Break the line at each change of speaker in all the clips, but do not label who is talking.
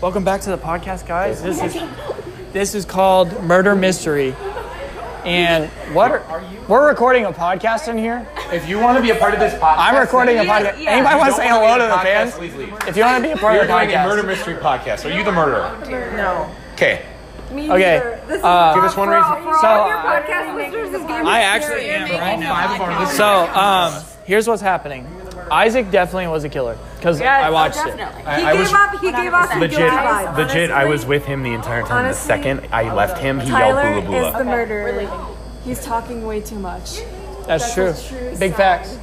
Welcome back to the podcast, guys. This is this is called Murder Mystery, and what are we're recording a podcast in here?
If you want to be a part of this podcast,
I'm recording a
then
podcast.
yeah.
Anybody
You
want to
don't
say
wanna
hello
be
to
a
the
podcast,
fans?
please leave.
If you want to be a part
You're
of the
doing a murder
podcast,
mystery podcast. Are you the murderer?
No.
Okay.
Okay,
This is
uh,
for-
give us one
for all-
reason.
For
So,
all your
I-
podcast listeners, this game
I
is
actually
serious.
am right now.
Five of our listeners.
So um, here's what's happening. Isaac definitely was a killer because I watched
oh,
it.
definitely.
I-
He
I
gave
was-
up. He gave us some
Legit,
guilty vibes.
legit. I was with him the entire time.
Honestly,
the second I left him, he
Tyler
yelled "Bula
is the
Bula."
murderer. He's talking way too much.
That's true.
his true
Big
side.
facts.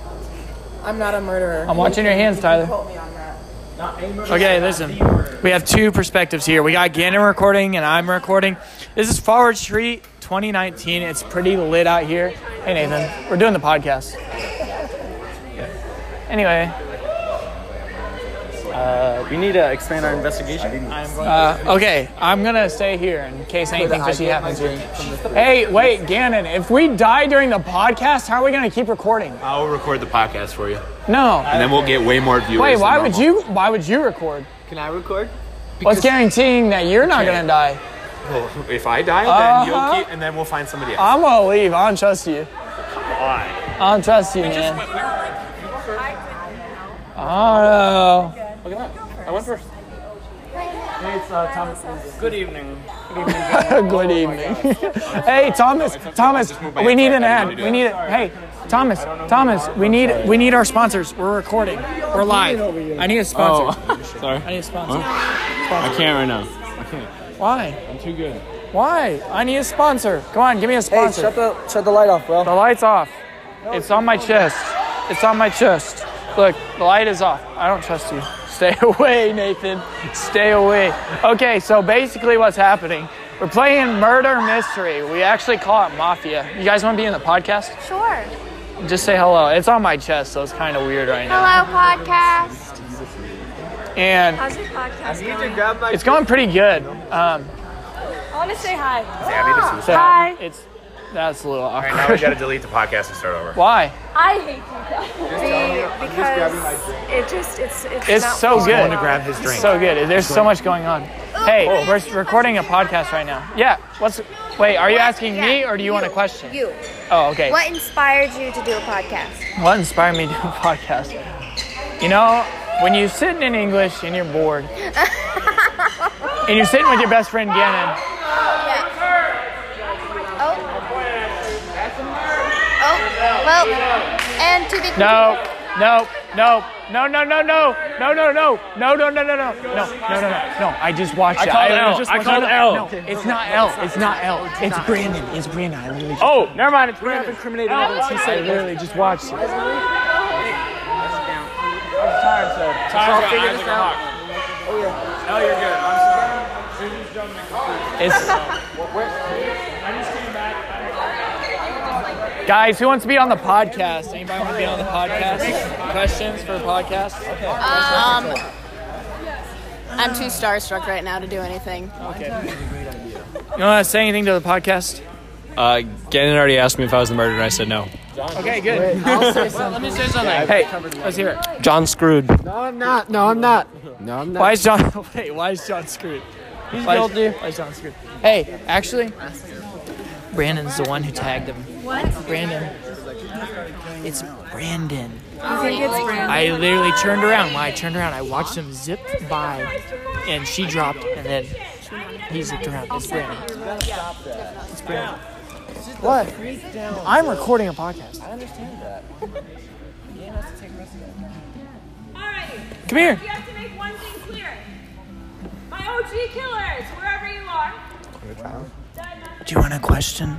I'm not a murderer.
I'm watching your hands, Tyler.
Quote me on that.
Okay, listen. We have two perspectives here. We got Gannon recording and I'm recording. This is Forward Street 2019. It's pretty lit out here. Hey, Nathan, we're doing the podcast. Anyway,
Uh, We need to expand our investigation.
uh, okay, I'm gonna stay here in case anything fishy happens here. Hey, wait, Gannon, if we die during the podcast, how are we gonna keep recording?
I'll record the podcast for you,
No.
and then we'll get way more viewers.
Wait,
than
why would
normal.
you? Why would you record?
Can I record?
What's guaranteeing that you're not gonna die?
Well, if I die, then
Uh-huh.
you'll keep, and then we'll find somebody else.
I'm gonna leave. I don't trust you. I don't trust you, man. I don't know.
Look at that. I went first. Good evening.
Good evening. hey, Thomas. Thomas,
Just move my
we need an ad.
hand. I didn't mean to do
We need it. Hey, Thomas. Thomas, we need we need our sponsors. We're recording. We're live. I need a sponsor.
Sorry.
I need a sponsor.
I can't right now.
Why?
I'm too good.
Why? I need a sponsor. Come on, give me a
Hey,
sponsor.
shut the shut the light off, bro.
The light's off. It's on my chest. It's on my chest. Look, the light is off. I don't trust you. Stay away, Nathan. Stay away. Okay, so basically what's happening. We're playing murder mystery. We actually call it mafia. You guys want to be in the podcast?
Sure.
Just say hello. It's on my chest, so it's kind of weird right now.
Hello, podcast.
And
How's your podcast going?
it's going pretty good. Um,
I want to say hi.
so
Hi.
It's that's a little
Right now we
awkward.
gotta delete the podcast and start over.
Why?
I hate you guys.
Be- because it just, it's, it's,
It's
not
so
fun.
good.
to grab his drink.
So good. There's so much going on. Hey,
Oh.
we're s- recording a podcast right now. Yeah. What's? Wait, are you asking me
Yeah,
or do you, want a question?
You.
Oh, okay. What?
What inspired you to do a podcast?
inspired me to do a podcast? You know, when you're sitting in English and you're bored, and you're sitting with your best friend Gannon,
Oh. Oh. Well, and to the.
no, no, no. No no no no no no no no no no no no no no no no no no I just watched I
called
it.
L. I called L.
No, it's not L. It's not L. It's Brandon. It's Brandon. I literally
Oh, never mind. It's
We're not incriminating others. He said literally just watched it.
I'll figure this out.
It's. Guys, who wants to be on the podcast? Anybody want to be on the podcast? Questions for podcast?
Um, I'm too starstruck right now to do anything.
You want to say anything to the podcast?
Uh, Gannon already asked me if I was the murderer, and I said no.
Okay, good.
Let me say something.
Hey, let's hear it.
John screwed.
Why is John? Wait, why is John screwed? He's why guilty. Is, why is John screwed? Hey, actually, Brandon's the one who tagged him. What? Brandon. It's Brandon. I literally turned around. When I turned around, I watched him zip by, and she dropped, and then he zipped around. It's Brandon. It's Brandon. What? I'm recording a podcast. I understand that. Come here.
You have to make one thing clear. My OG killers, wherever you are.
Do you want a question?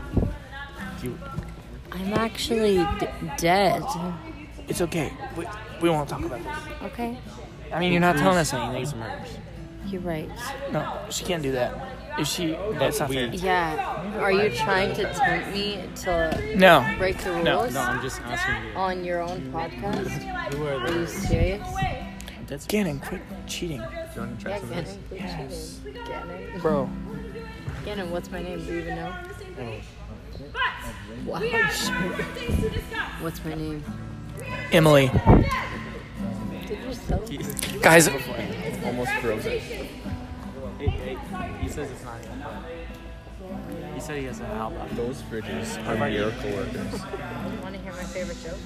I'm actually d- dead.
It's okay. We, we won't talk about this.
Okay,
I mean, you're not telling us anything.
you're right.
No, she can't do that. If she, that's not fair.
Yeah. Are you trying to tempt me to
No.
break the rules
No,
I'm just asking you.
on your own podcast? Are you serious?
Gannon, quit cheating,
Yeah, Gannon, quit cheating. Gannon.
bro.
Gannon, what's my name? Do you even know? Wow,
More things to discuss.
What's my name?
Emily,
Did you sell
guys,
It, it, he says it's not. He said he doesn't help.
Those fridges are miracle workers.
Want to hear my favorite joke?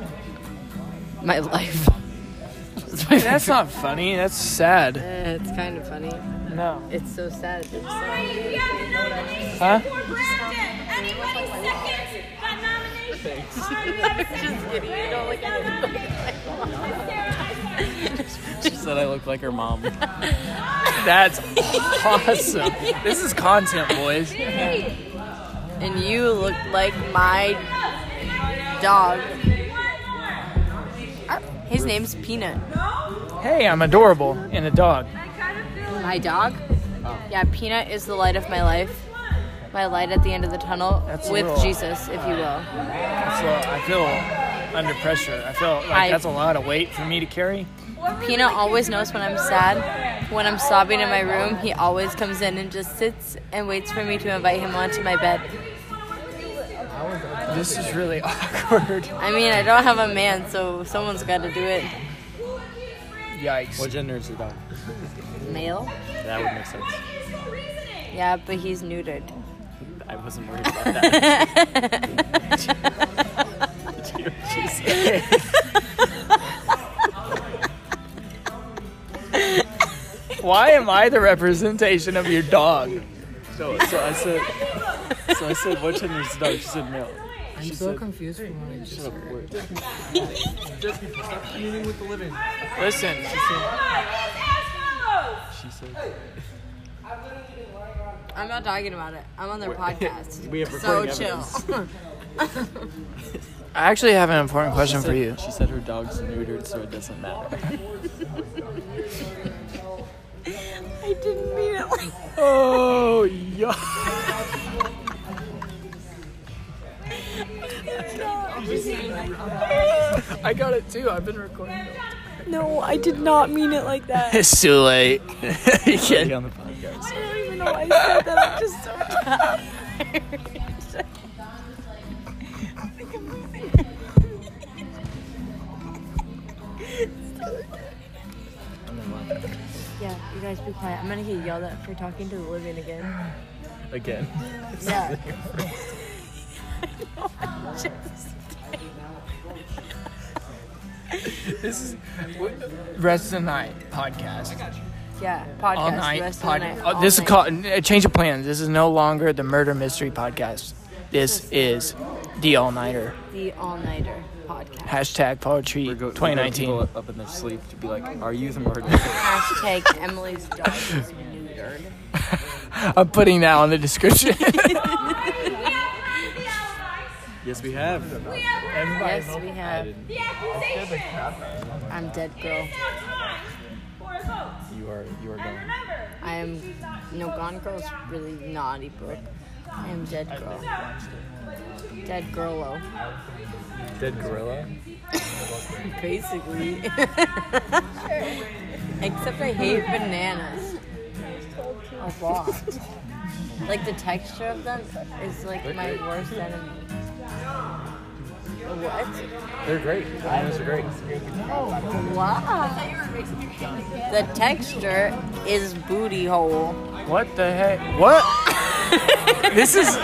Yes.
My life. That's not funny. That's sad.
it's kind of funny.
No.
It's so sad. It's
Huh?
Just kidding. You don't look
She said I look like her mom.
That's awesome. This is content, boys.
And you look like my dog. His name's Peanut.
Hey, I'm adorable and a dog.
My dog? Yeah, Peanut is the light of my life. My light at the end of the tunnel
That's a
with
little-
Jesus, if you will.
That's a- I feel under pressure. I feel like
I-
that's a lot of weight for me to carry.
Peanut always knows when I'm sad. When I'm sobbing in my room, he always comes in and just sits and waits for me to invite him onto my bed.
This is really awkward.
I mean, I don't have a man, so someone's got to do it.
Yikes.
What gender is the dog?
Male?
That would make sense.
Yeah, but he's neutered.
I wasn't worried about that. Did you just say?
Why am I the representation of your dog?
So, so I said, so I said, what gender is the dog? She said male.
I'm
she
so
said,
confused right now.
Shut up, word.
Just stop communing with the living.
Listen, she
She said.
I'm not talking about it. I'm on their podcast.
We have
so
recording
chill.
I actually have an important question
She
for
said-
you.
She said her dog's neutered, so it doesn't matter.
I didn't mean it like
Oh, yeah. I got it too. I've been recording.
No, I did not mean it like that.
It's too late. you can't.
I don't even know why I said that. I'm just so tired.
Yeah, you guys be quiet. I'm gonna get yelled at for talking to the living again.
Again.
Yeah.
This is rest of the night podcast.
yeah, podcast.
All night
rest
pod-
Of the night.
Oh,
all
this is
night.
called a change of plans. This is no longer the murder mystery podcast. This is the all nighter.
the All Nighter podcast.
Hashtag poetry
Go- we got
2019.
people Up in their sleep to be like, are you the murderer?
Hashtag Emily's dog is neutered.
I'm putting that on the description.
yes, we have.
yes, we have. I'm dead girl.
You are. You are gone.
I am no gone girl's really naughty, Brooke. I am dead girl. Dead girlo.
Dead gorilla.
Basically. Except I hate bananas. A lot. like the texture of them is like my worst enemy. What?
They're great. Bananas are great.
Wow. The texture is booty hole.
What the heck? What? this is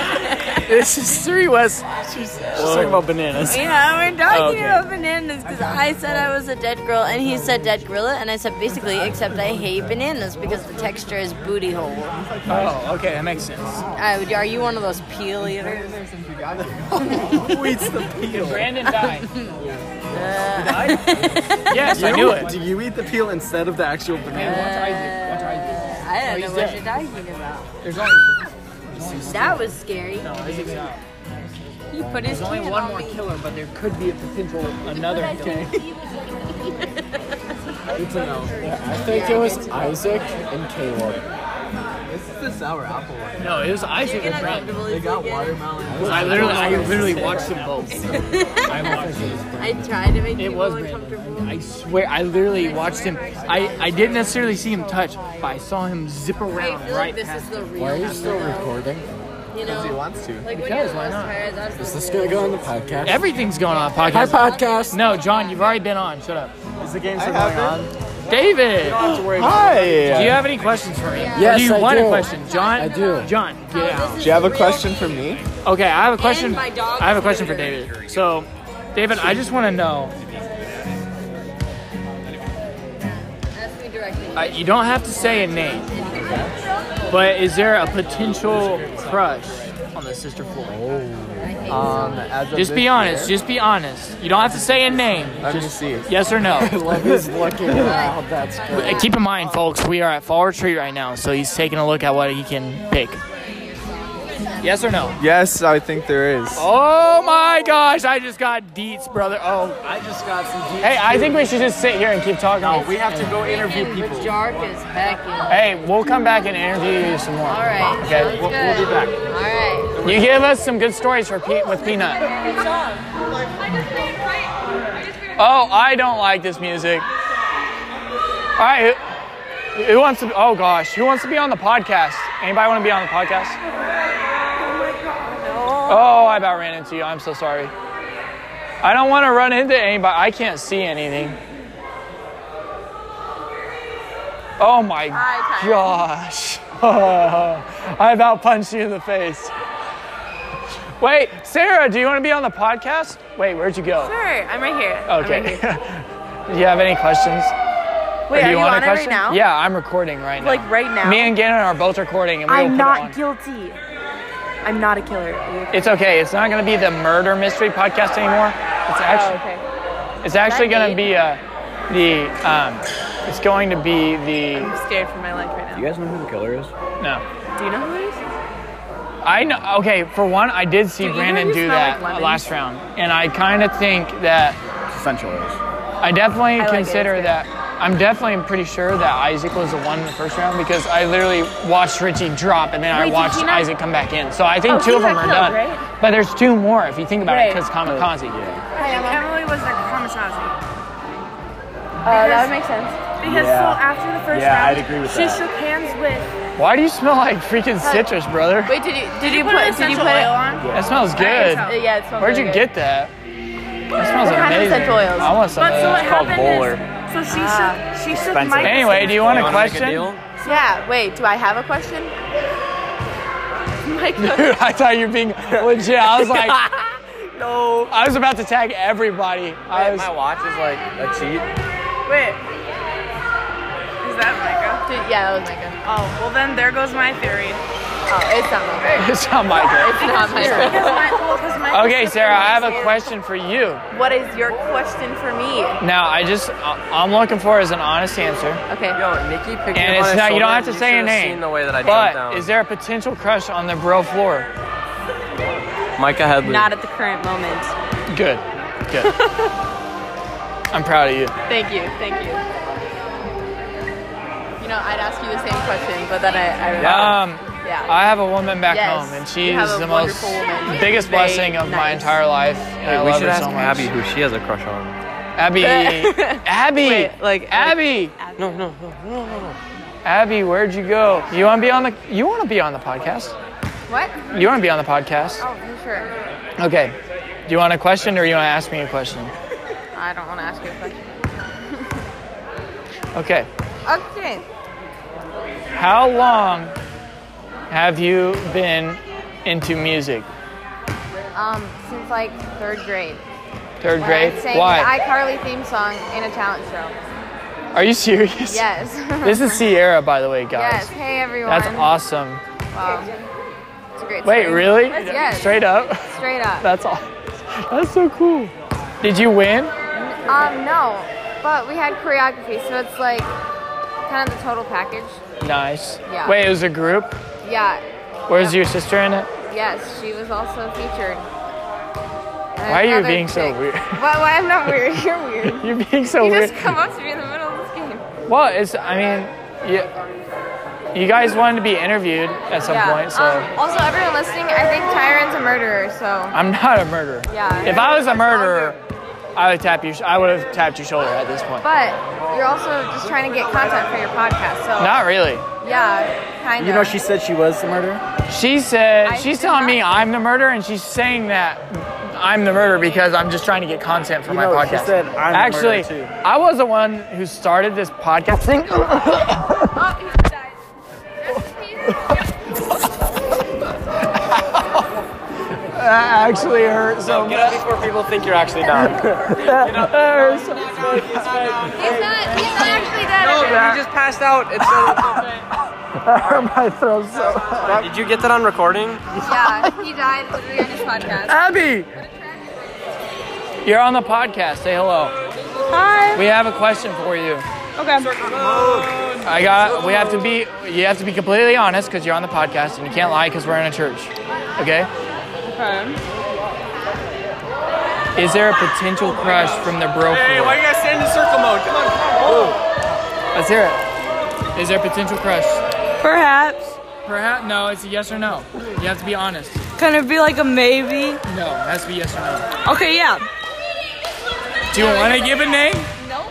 this is three West.
She's talking about bananas.
Yeah, we're
Oh,
talking
okay.
about bananas because I said I was a dead girl and he said dead gorilla and I said basically except I hate bananas because the texture is booty hole.
Oh, okay, that makes sense.
I would- are you one of those peel eaters?
Who eats the peel?
Brandon died.
Uh.
yes,
I knew it.
Do you eat the peel instead of the actual
Uh.
banana?
I don't know what you're talking about.
There's only
That was scary.
uh,
He put his
there's only
hand
one
on
more
me.
killer, but there could be a potential another.
Good to know. I think it was Isaac and Caleb. This is the sour apple one.
No, it was Isaac and Brandon.
They got watermelon.
I literally, I literally watched them both. I watched.
I tried to make
It
people
was
uncomfortable.
I swear, I literally watched him. I, I didn't necessarily see him touch, but I saw him zip
I
around
feel like
right
this is
past.
the real.
Why are you
Amber,
still
though.
recording?
You know,
Because he wants to.
like when
Because,
you're
why
most
not?
tired, that's
Is
the
this
real-
gonna go on the podcast?
Everything's going on podcast.
Hi, podcast.
No, John, you've already been on. Shut up.
Is the game
I
still going
haven't.
on?
David.
Hi.
Do you have any questions for me?
Yes,
Or do you
I
want
do.
a question, John?
I do.
John, get out.
Do you have a question for me?
Okay, I have a question.
And my dog
I have a
is
question for
litter.
David. So, David, I just want to know.
Ask me directly.
Uh, you don't have to say a name, but is there a potential crush on the sister floor?
Um, as of
just be
this
honest.
year-
Just be honest. You don't have to say a name.
Let me
just
see.
Yes or no.
Love is looking around. That's
Uh,
good.
Keep in mind, folks, we are at Fall Retreat right now, so he's taking a look at what he can pick. Yes or no?
Yes, I think there is.
Oh my gosh, I just got deets, brother. Oh. I just got some deets. Hey, I think we should just sit here and keep talking.
No, we have to go interview people. Dark as heck.
Hey, we'll come back and interview you some more.
All right.
Okay.
sounds good. All right.
You give us some good stories for Pete with Peanut. Oh, I don't like this music. All right, who, who wants to? Oh gosh, who wants to be on the podcast? Anybody want to be on the podcast? Oh, I about ran into you. I'm so sorry. I don't want to run into anybody. I can't see anything. Oh my gosh. I about punched you in the face. Wait, Sarah, do you want to be on the podcast? Wait, where'd you go?
Sure, I'm right here. I'm
Okay.
right here.
Do you have any questions? Or
Wait,
do
are you
want a
on it right
question?
now?
Yeah, I'm recording right now.
Like, right now?
Me and Gannon are both recording, and we will
I'm
put it on.
not guilty. I'm not a killer.
It's okay. It's not going to be the murder mystery podcast anymore. It's
Oh,
actually it's actually going to be uh, the um, it's going to be
I'm
the
scared for my life right now.
you guys know who the killer is? No.
Do you know who it is?
I know. Okay, for one, I did see
Do either
Brandon
of you
do
smell
that
like lemons?
last round, and I kind of think that essential is. I definitely
I like it, it's
consider
good.
that. I'm definitely pretty sure that Isaac was the one in the first round because I literally watched Richie drop and then I
Wait, did
watched
he not-
Isaac come back in. So I
Oh,
think
he
two of them
got
are done.
killed, right?
But there's two more if you think about it
Right.
because
Oh.
Kamikaze.
I think Emily was a
Uh,
kamikaze.
Oh, that would make sense.
Because
Yeah.
so after the first
Yeah,
round,
I'd agree with
she
that.
shook hands with.
Why do you smell like freaking citrus, brother?
Wait, did you did, you, put, did
put
you
essential
put it
oil
on?
That smells
I can
good.
tell. Yeah, it smells
Where'd
really
you
good.
get that? That smells
What kind of
amazing.
essential oils?
I want some
But
of
so
that.
what
It's called
happened is-
Bowler.
So she
Ah.
shook. She shook
Expensive.
Mike's
Anyway,
hands
do you want a
with-
question?
Yeah. Wait, do I have a question? Mike,
Dude, I thought you were being legit. I was like, no. I was about to tag everybody. I was,
My watch is like a cheat.
Wait. Is that Micah?
yeah, that was Micah.
Oh, well then there goes my theory.
Oh, it's not Micah.
It's not Micah.
It's not Micah.
Because my- well, 'cause my-
okay, Sarah, I have a question for you.
What is your question for me?
Now, I just, all I'm looking for is an honest answer.
Okay.
Yo, Nikki picked
And
me up
it's
on
not,
his
you don't
shoulder.
have to say a
should've
name.
Seen the way that I
but
jumped down.
is there a potential crush on the bro floor?
Micah Headley.
Not at the current moment.
Good. Good. I'm proud of you.
Thank you. Thank you. You know, I'd ask you the same question, but then I. I
Um,
yeah.
I have a woman back
Yes,
home, and
you
she's
have a
the most
wonderful woman.
biggest
Very
blessing of my entire life. And I
Wait, we
love
should
her
ask
so much.
Abby who she has a crush on.
Abby, Abby, like Abby.
No, no, no, no, no, no.
Abby, where'd you go? You want to be on the? You want to be on the podcast?
What?
You want to be on the podcast?
Oh, for sure.
Okay. Do you want a question or you want to ask me a question?
I don't want to ask you a question.
Okay.
Okay.
How long have you been into music?
Um, since like third grade.
Third
When
grade.
I sang
Why?
the iCarly theme song in a talent show.
Are you serious?
Yes.
this is Sierra, by the way, guys.
Yes. Hey everyone.
That's awesome.
Wow. It's a great.
Wait,
story.
really?
Yes.
Straight up?
Straight up.
That's all. That's so cool. Did you win?
Um, no, but we had choreography, so it's like kind of the total package.
Nice.
Yeah.
Wait, it was a group.
Yeah.
Where's your sister in it?
Yes, she was also featured. And
Why are you
another
being so
chick-
weird?
Why, why I'm not weird? You're weird.
You're being so
you
weird.
just come up to me in the middle of this game.
Well, it's. I mean, yeah. You guys wanted to be interviewed at some
yeah.
point, so
Um, also, everyone listening, I think Tyron's a murderer, so.
I'm not a murderer.
Yeah.
If I was a murderer, I would tap you. I would have tapped your shoulder at this point.
But you're also just trying to get content for your podcast, so.
Not really.
Yeah, kind of.
said she was the murderer. She said
I
she's
did
telling
not
me I'm the murderer, and she's saying that I'm the murderer because I'm just trying to get content for
You
my
know, she
podcast.
said, "I'm the murderer,
Actually,
too."
I was the one who started this podcast thing. that actually hurt so
Get up before people think you're actually dying.
actually dead.
No, man, you just passed out. It's,
my throat's so.
Did you get that on recording?
yeah, he died literally on his podcast.
Abby! You're on the podcast. Say hello.
Hi.
We have a question for you.
Okay.
I got. We have to be. You have to be completely honest because you're on the podcast and you can't lie because we're in a church. Okay. Is there a potential crush from the bro?
Hey,
crew?
why you guys stand in circle mode? Come on, come
Let's hear it. Is there a potential crush?
Perhaps.
Perhaps. No, it's a yes or no. You have to be honest.
Can it be like a maybe?
No, it has to be yes or no.
Okay, yeah.
Do you want to give a name?
Nope.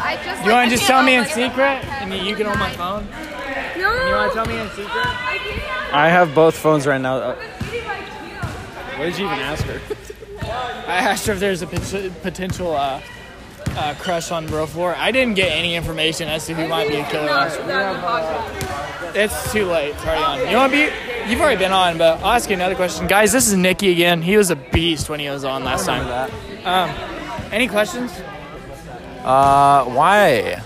I just
You want
like,
to just
I
tell me in
can't
secret and you can hold my phone?
No.
You want to tell me in secret?
I have both phones right now. What did you even ask her?
I asked her if there's a pot- potential uh, uh, crush on bro floor. I didn't get any information as to who might be a killer. It's too late. It's already on. You want to be? You've already been on, but I'll ask you another question, guys. This is Nikki again. He was a beast when he was on last time. Um, any questions?
Uh, why?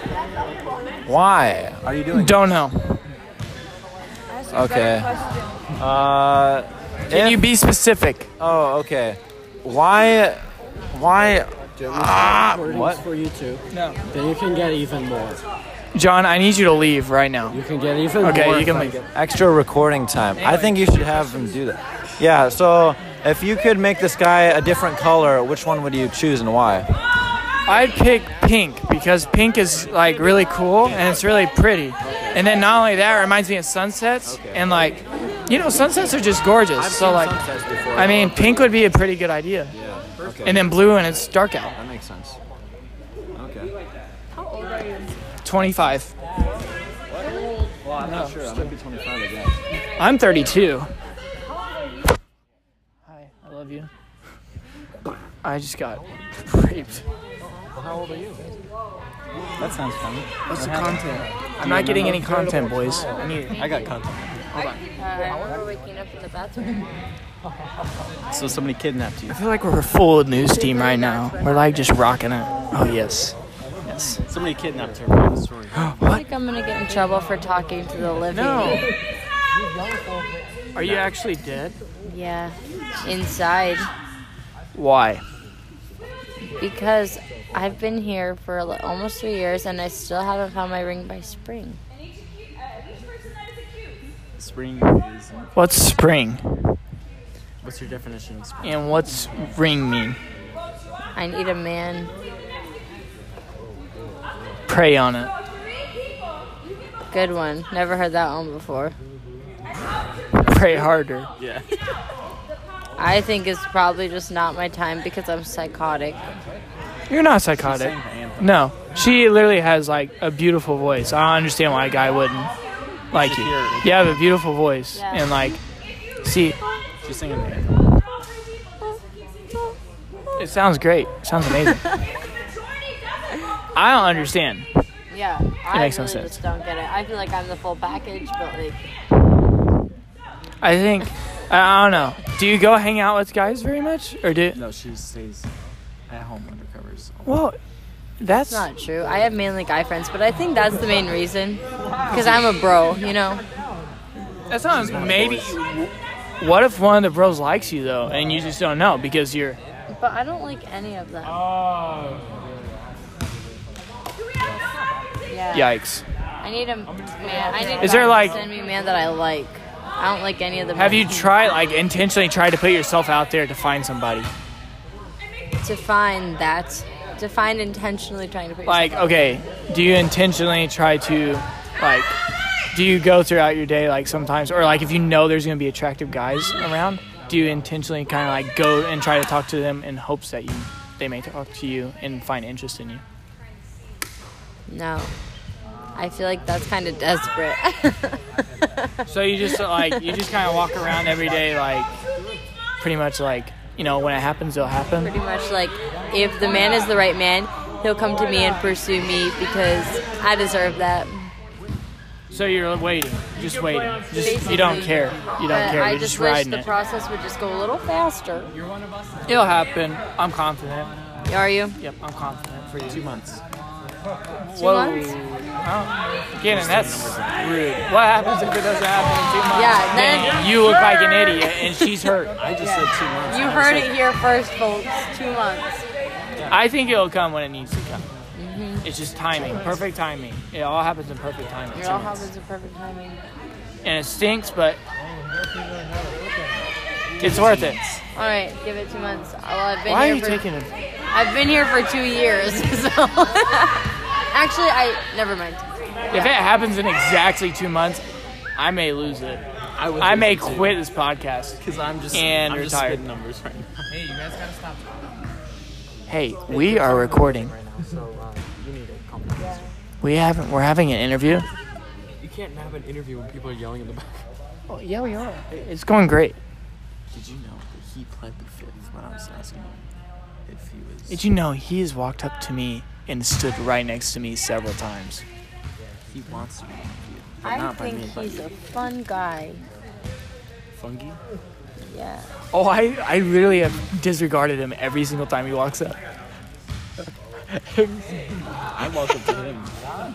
Why are you doing?
Don't know.
Okay. Uh,
Can you be specific?
Oh, okay. Why? Why? Ah,
what?
For you too.
No.
Then you can get even more.
John, I need you to leave right now. You
can get even
Okay,
more
you can
if I
leave.
get Extra recording time. I think you should have him do that. Yeah. So if you could make this guy a different color, which one would you choose and why?
I'd pick pink because pink is like really cool and it's really pretty. And then not only that, it reminds me of sunsets and like, you know, sunsets are just gorgeous. so like, I mean, pink would be a pretty good idea. Yeah.
okay.
And then blue and it's dark out.
That makes sense. Okay.
How old are you?
25.
Well, I'm not sure. I might be 25 again.
I'm 32. Hi, I love you. I just got raped.
how old are you? That sounds funny.
What's the content? I'm not getting any content, boys. I need it.
I got content.
Hold on.
Uh, I remember waking up in the bathroom.
So somebody kidnapped you. I feel like we're a full news team right now. We're like just rocking it. Oh yes. Yes.
Somebody kidnapped her. Story.
I think I'm gonna get in trouble for talking to the living.
No. Are you actually dead?
Yeah. Inside.
Why?
Because I've been here for al- almost three years and I still haven't found my ring by spring.
Spring is.
What's spring?
What's your definition of spring?
And what's ring mean?
I need a man.
Pray on it.
Good one. Never heard that one before.
Pray harder.
Yeah.
I think it's probably just not my time because I'm psychotic.
You're not psychotic. No. She literally has like a beautiful voice. I don't understand why a guy wouldn't like you. You have a beautiful voice and like see
She's singing the anthem.
it sounds great. It sounds amazing. I don't understand.
Yeah.
It
I
makes no
really
sense.
just don't get it. I feel like I'm the full package, but like
I think I don't know. Do you go hang out with guys very much, or do?
No, she stays at home under covers.
Well, that's
not true. I have mainly guy friends, but I think that's the main reason. Because I'm a bro, you know?
That sounds maybe. What if one of the bros likes you though, and you just don't know because you're?
But I don't like any of them. Oh. Yeah.
Yikes.
I need a man. I need
Is there,
God to
like-
send me a man that I like? I don't like any of the.
Have you
men.
tried like intentionally tried to put yourself out there to find somebody?
to find that? To find intentionally trying to put yourself
Like,
out
okay, do you intentionally try to, like, do you go throughout your day like sometimes, or like if you know there's gonna be attractive guys around, do you intentionally kind of like go and try to talk to them in hopes that you they may talk to you and find interest in you?
there? No. I feel like that's kind of desperate.
So you just like you just kind of walk around every day like pretty much like you know, when it happens, it'll happen.
Pretty much like if the man is the right man, he'll come to me and pursue me because I deserve that.
So you're waiting, just waiting. Just you don't
Basically.
care. You don't
But
care.
I
You're
just
just
wish
riding
the
it.
process would just go a little faster. You're one of us.
It'll happen. I'm confident.
Are you?
Yep, I'm confident for you.
Two months.
Two
Whoa.
months?
Gannon, that's rude. What happens if it doesn't happen in two months?
Yeah, then-
Gannon, you look like an idiot, and she's hurt. I just said two months.
You heard it here first, folks. Two months.
I think it'll come when it needs to come. It's just timing, perfect timing. It all happens in perfect timing.
Mm-hmm. It
Two
all
months.
happens in perfect timing.
and it stinks, but it's worth it.
All right, give it two months. Well, I've been
Why
here
are you
for,
taking it?
I've been here for two years. So actually, I never mind.
If it happens in exactly two months, I may lose it. I,
would
may
lose it too.
quit this podcast because
I'm just
and
I'm just
retire.
spitting numbers right now.
Hey, you guys gotta stop talking.
Hey, we are recording. We haven't. We're having an interview.
You can't have an interview when people are yelling in the back.
Oh, yeah, we are. It's going great.
Did you know that he pled the fifth when I was asking him if he was?
Did you know he has walked up to me and stood right next to me several times?
He wants to be interviewed, but
I
not by
think
me. but
he's a fun guy.
fungi.
Yeah.
Oh, I, I literally have disregarded him every single time he walks up.
I'm welcome to him.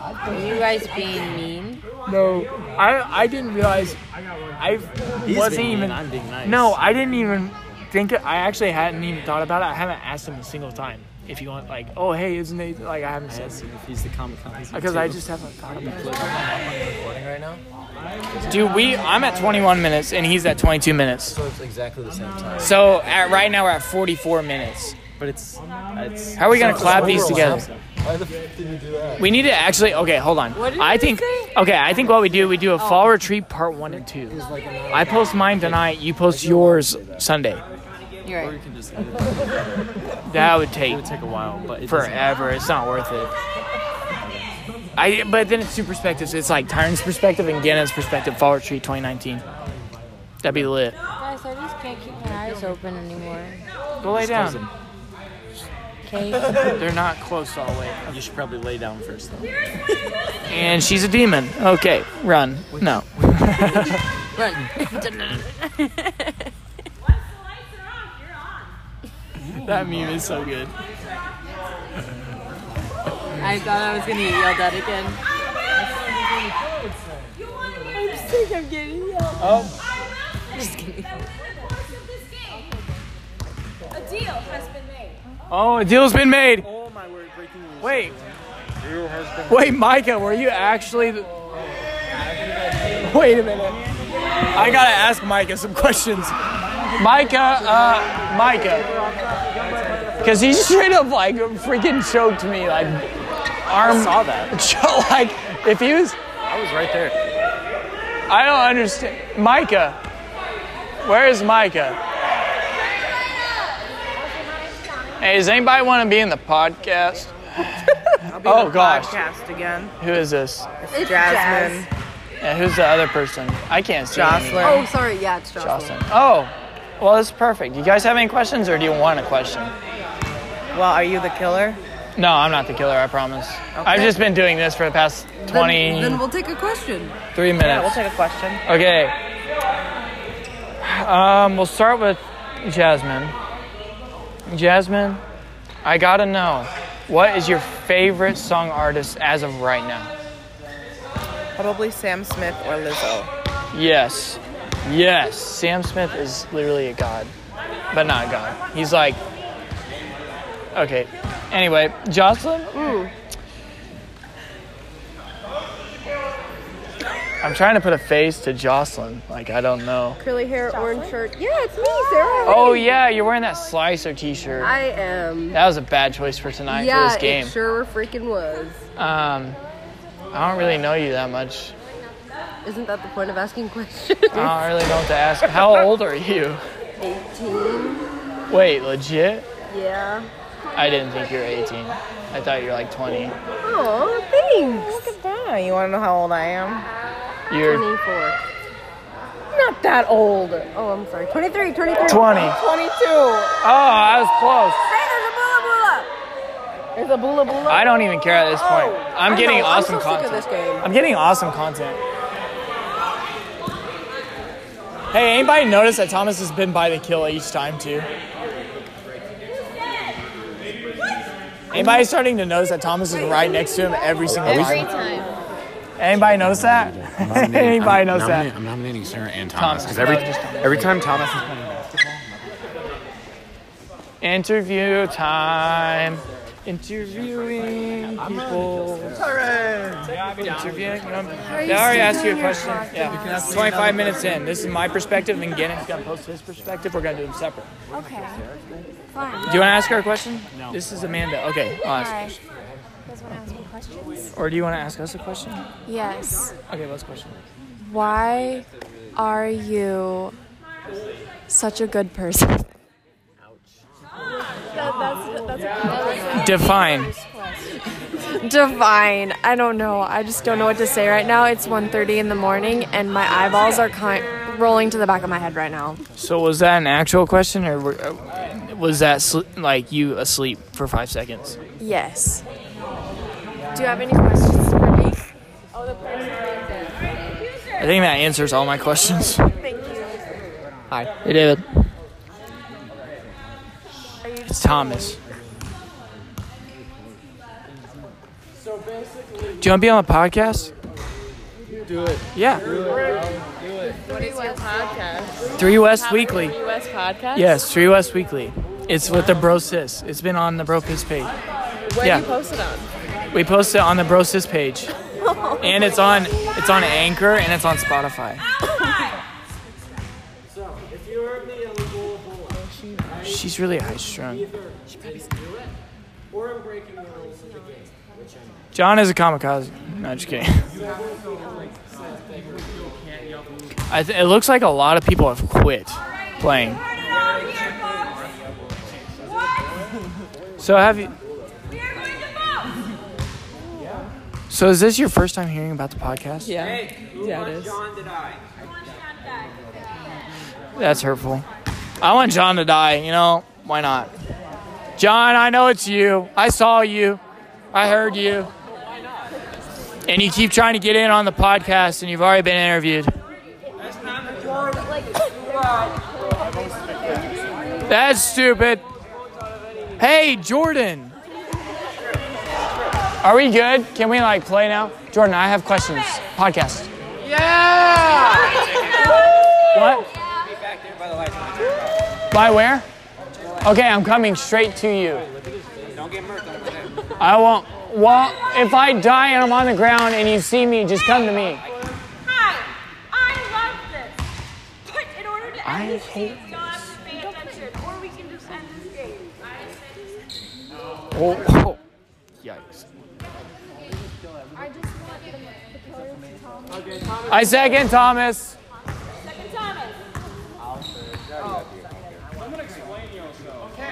Are you guys being mean?
No, I I didn't realize I
He's
wasn't
being mean,
even.
I'm being nice.
No, I didn't even think. It, I actually hadn't even thought about it. I haven't asked him a single time. If you want, like, oh hey, isn't it like I haven't
I
said
asked him if he's the Comic Con.
because I just haven't thought about it.
Recording right now?
Dude, we I'm at 21 minutes and he's at 22 minutes.
So it's exactly the same time.
So at, right now we're at 44 minutes.
But it's, it's
How are we gonna
it's
clap these
overlap.
together?
Why the f did you do that?
We need to actually. Okay, hold on.
What did
I
you Oh.
think. Okay, I think what we do, we do a fall retreat part one and two. I post mine tonight. You post yours Sunday.
You're right.
Or you can just edit it.
That would take.
It would take a while, but it doesn't-
forever. It's not worth it. I. But then it's two perspectives. It's like Tyron's perspective and Gannon's perspective. Fall retreat 2019. That'd be lit.
Guys, I just can't keep my eyes open anymore.
Go lay
Just close
down.
Okay.
They're not close all the way.
You should probably lay down first, though.
And she's a demon. Okay, run. No.
Run.
That meme is so good.
I thought I was gonna get yelled at again. I'm sick of getting yelled at.
I will say
Just kidding.
that within the course of this game, a deal has been made.
Oh, a deal's been made.
Oh my word, breaking news.
Wait. Wait, Micah, were you actually? The... Wait a minute. I gotta ask Micah some questions. Micah, uh, Micah, because he straight up like freaking choked me, like arm.
saw that.
Cho- like if he was,
I was right there.
I don't understand. Micah, where is Micah? Hey, does anybody want to be in the podcast? oh gosh,
Podcast again.
who is this?
It's Jasmine.
And who's the other person? I can't see. anyone.
Oh, sorry. Yeah, it's Jocelyn.
Jocelyn. Oh, well, that's perfect. You guys have any questions, or do you want a question?
Well, are you the killer?
No, I'm not the killer. I promise. I've just been doing this for the past 23
Then we'll take a question.
minutes.
Yeah, we'll take a question.
Okay. Um, we'll start with Jasmine. Jasmine, I gotta know, what is your favorite song artist as of right now?
Probably Sam Smith or Lizzo.
Yes. Yes. Sam Smith is literally a god, but not a god. He's like, okay. Anyway, Jocelyn. Ooh. I'm trying to put a face to Jocelyn. Like I don't know.
Curly hair, orange shirt. Yeah, it's me, Sarah.
Oh yeah, you're wearing that slicer T-shirt.
I am.
that was a bad choice for tonight
yeah,
for this game.
it sure freaking was.
Um, I don't really know you that much.
Isn't that the point of asking questions?
I don't really know what to ask. How old are you?
18.
Wait, legit?
Yeah.
I didn't think you were 18. I thought you were like 20.
Oh, thanks. Look at that. You want to know how old I am?
You're
24.
not that old. Oh, I'm sorry. 23, 23.
20.
22.
Oh, I was close.
There's a bula bula.
I don't even care at this point. I'm
Oh, I
getting
know, I'm
awesome
so sick of
content.
this game.
I'm getting awesome content. Hey, anybody notice that Thomas has been by the kill each time too? Anybody starting to notice that Thomas is right next to him every single
Every
time?
time.
Anybody notice that? Anybody
I'm
knows
nominating-
that?
I'm nominating Sarah and
Thomas.
Thomas because every
No, just Thomas.
every time Thomas is playing basketball,
Interview time. Interviewing people. Interviewing. them. They already asked you a question. Yeah. 25 minutes in. This is my perspective, and Gannon's gonna post his perspective. We're gonna do them separate.
Okay. Fine.
Do you want to ask her a question? No. This is Amanda. Okay. I'll ask.
Hi. You guys want to ask me questions?
Or do you want to ask us a question?
Yes.
Okay. What's the question?
Why are you such a good person?
Define.
Divine. I don't know. I just don't know what to say right now. It's 1:30 in the morning and my eyeballs are kind rolling to the back of my head right now.
So was that an actual question, or were, uh, was that sl- like you asleep for five seconds?
Yes. Do you have any questions for me?
I think that answers all my questions.
Thank you.
Hi. Hey, David. It's Thomas.
So basically,
Do you want to be on a podcast?
do it.
Yeah.
What is your podcast?
Three West
Have a
Weekly.
Three West podcast?
Yes, Three West Weekly. It's with the Bro Sis. It's been on the Bro Sis page.
Where
yeah.
do you post it on?
We post it on the Bro Sis page. and it's on it's on Anchor and it's on Spotify.
If you are the eligible
She's really high strung.
or I'm breaking the rules of the game, which I'm
John is a kamikaze. No, just kidding. I th- it looks like a lot of people have quit playing. So have you? So is this your first time hearing about the podcast?
Yeah. Yeah, it is.
That's hurtful. I want John to die, you know? Why not? John, I know it's you. I saw you. I heard you. And you keep trying to get in on the podcast and you've already been interviewed. That's stupid. Hey, Jordan. Are we good? Can we like play now? Jordan, I have questions. Podcast. What? By where? Okay, I'm coming straight to you.
Don't get murked over there.
I won't. Well, if I die and I'm on the ground and you see me, just come to me. I hate. Oh, oh. Yikes. I second Thomas.
I'm gonna explain yourself. Okay. I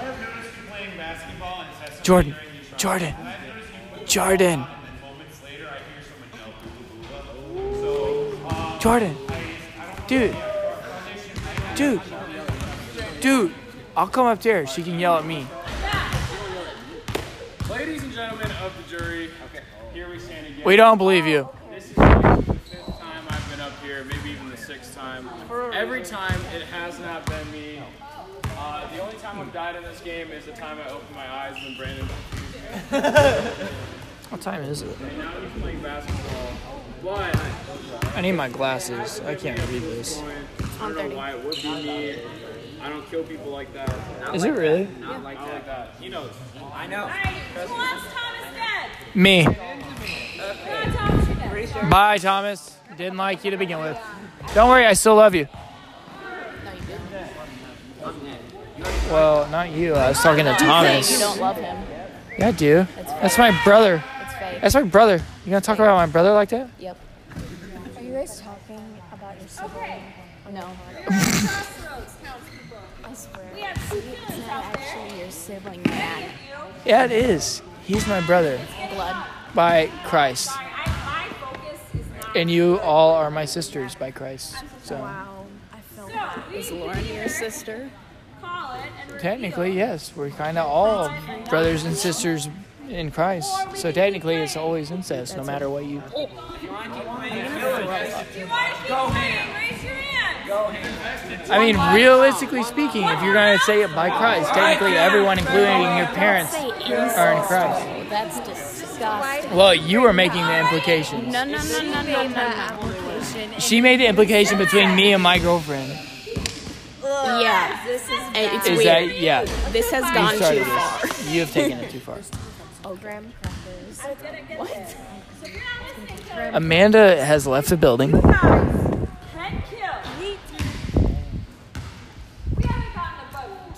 have noticed you playing basketball and said
Jordan. Jordan. Jordan. Jordan. Dude. Dude. Dude. I'll come up there. She can yell at me.
Ladies and gentlemen of the jury, here we stand again.
We don't believe you.
This is the fifth time I've been up here, maybe even the sixth time. Every time it has not been me. Uh, the only time I've died in this game is the time I opened my eyes when Brandon.
What time is it?
And now he's playing basketball. But
I need my glasses. I can't read this.
I don't know why it would be me. I don't kill people like that.
Is it really?
Not like that. Like that. He knows. I know.
Me. Bye, Thomas. Didn't like you to begin with. Don't worry, I still love you. Well, not you. I was talking to Thomas.
You don't love him.
Yeah, I do. That's my brother. That's my brother. You gonna talk about my brother like that?
Yep.
Are you guys talking about your sibling?
No.
I swear. It's not actually your sibling. Matt.
Yeah, it is. He's my brother
Blood.
by Christ. And you all are my sisters by Christ. So
Is Lauren your sister?
technically, yes, we're kind of all brothers and sisters in Christ. So technically, it's always incest, no matter what you.
Go ham. Raise your hand. Go ham.
I mean, realistically speaking, if you're going to say it by Christ, technically everyone, including your parents, are in Christ.
That's disgusting.
Well, you were making the implications.
No, no, no, no, no, no.
She made the implication between me and my girlfriend.
Yeah. This is it's
Is
weird.
that yeah?
This has
You
gone too
started this.
far.
You have taken it too far.
Oh, graham crackers. What?
Amanda has left the building.
Head kill. We haven't gotten a vote.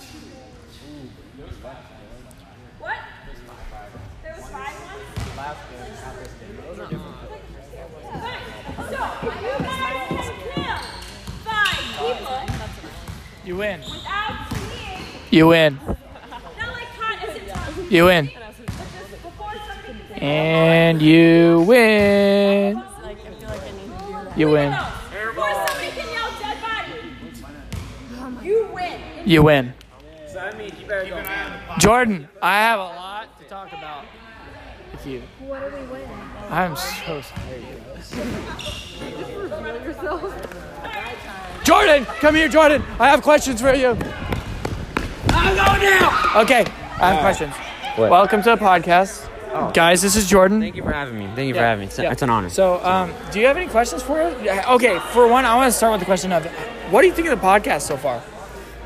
What? There was five ones? Fine. So, you guys can kill five people
You win.
without seeing,
You win.
not like hot as in tongue,
You win.
but just before something can take
And you win. You win.
Before somebody can yell dead body. You win.
You win.
So I mean, you better go ham.
Jordan, I have a lot to talk about with you.
What are we winning?
I'm so sorry, guys. Jordan, come here, Jordan. I have questions for you.
I'm going now.
Okay, I have questions. Welcome to the podcast. Guys, this is Jordan.
Oh. Thank you for having me. Thank you for
Yeah,
having me. It's,
yeah.
it's an honor.
So, um, do you have any questions for us? Okay, for one, I want to start with the question of what do you think of the podcast so far?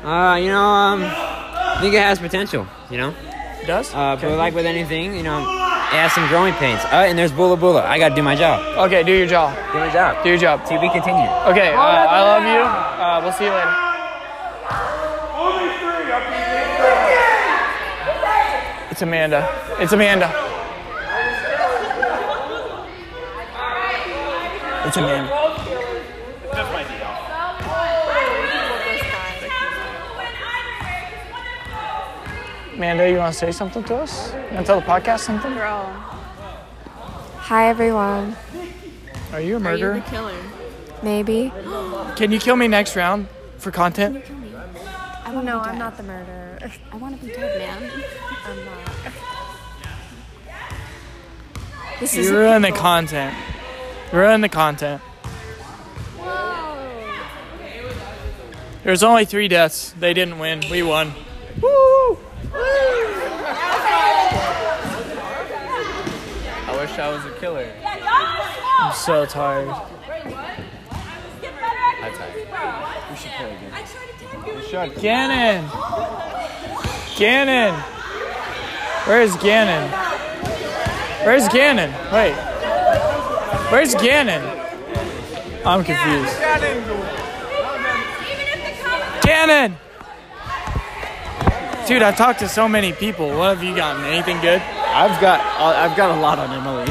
uh, you know, um, I think it has potential. You know,
it does.
Uh, but like with anything, you know, it has some growing pains. Uh, and there's Bula Bula. I gotta do my job.
Okay, do your job.
Do my job.
Do your job.
To be continued.
Okay, uh, I love you. Uh, we'll see you later. It's Amanda. It's Amanda. It's Amanda.
That's my deal.
Amanda, you want to say something to us? You want to tell the podcast something?
Hi everyone.
Are you a murderer?
killer? Maybe.
Can you kill me next round for content?
I don't know. I'm not the murderer. I want to be dead, man. I'm not. This
You
isn't
ruin the
cool.
content. Ruin the content. There's only three deaths. They didn't win. We won.
I wish I was a killer.
I'm so tired.
I'm tired. We should play again.
Gannon! Gannon! Where's Gannon? Where's Gannon? Wait. Where's Gannon? I'm confused. Gannon! Dude, I talked to so many people. What have you gotten? Anything good?
I've got uh, I've got a lot on Emily.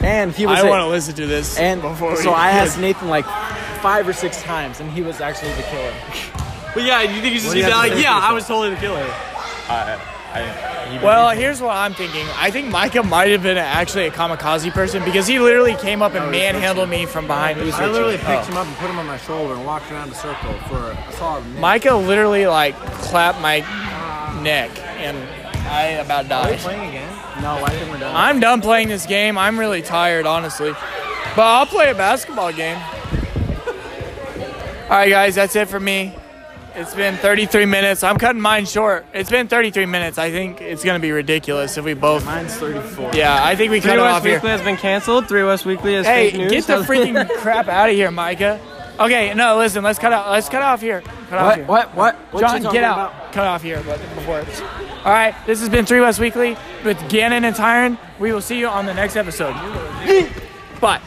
and he was.
I
it.
wanna listen to this
And
before
so
we-
I asked Nathan like five or six times, and he was actually the killer.
But yeah, you think he's
just What do you gonna be have to like, say to "Yeah, I
was totally the killer.
I, I,
Well, here's what I'm thinking. I think Micah might have been actually a kamikaze person because he literally came up and manhandled me from behind.
I literally picked him up and put him on my shoulder and walked around the circle for a solid minute.
Micah literally like clapped my neck and I about
Are we
died.
playing again? No, I think we're done.
I'm done playing this game. I'm really tired, honestly. But I'll play a basketball game. All right, guys, that's it for me. It's been 33 minutes. I'm cutting mine short. It's been 33 minutes. I think it's going to be ridiculous if we both. mine's 34. Yeah, I think we cut
Three
it
West
off here.
Weekly has been canceled. Three West Weekly is
Hey,
fake news.
get the freaking crap out of here, Micah. Okay, no, listen, let's cut out. Let's cut off here. Cut off
What?
here.
What? What? What you
John,
talking
get out. Cut off here, but before. All right, this has been Three West Weekly with Gannon and Tyron. We will see you on the next episode. Bye.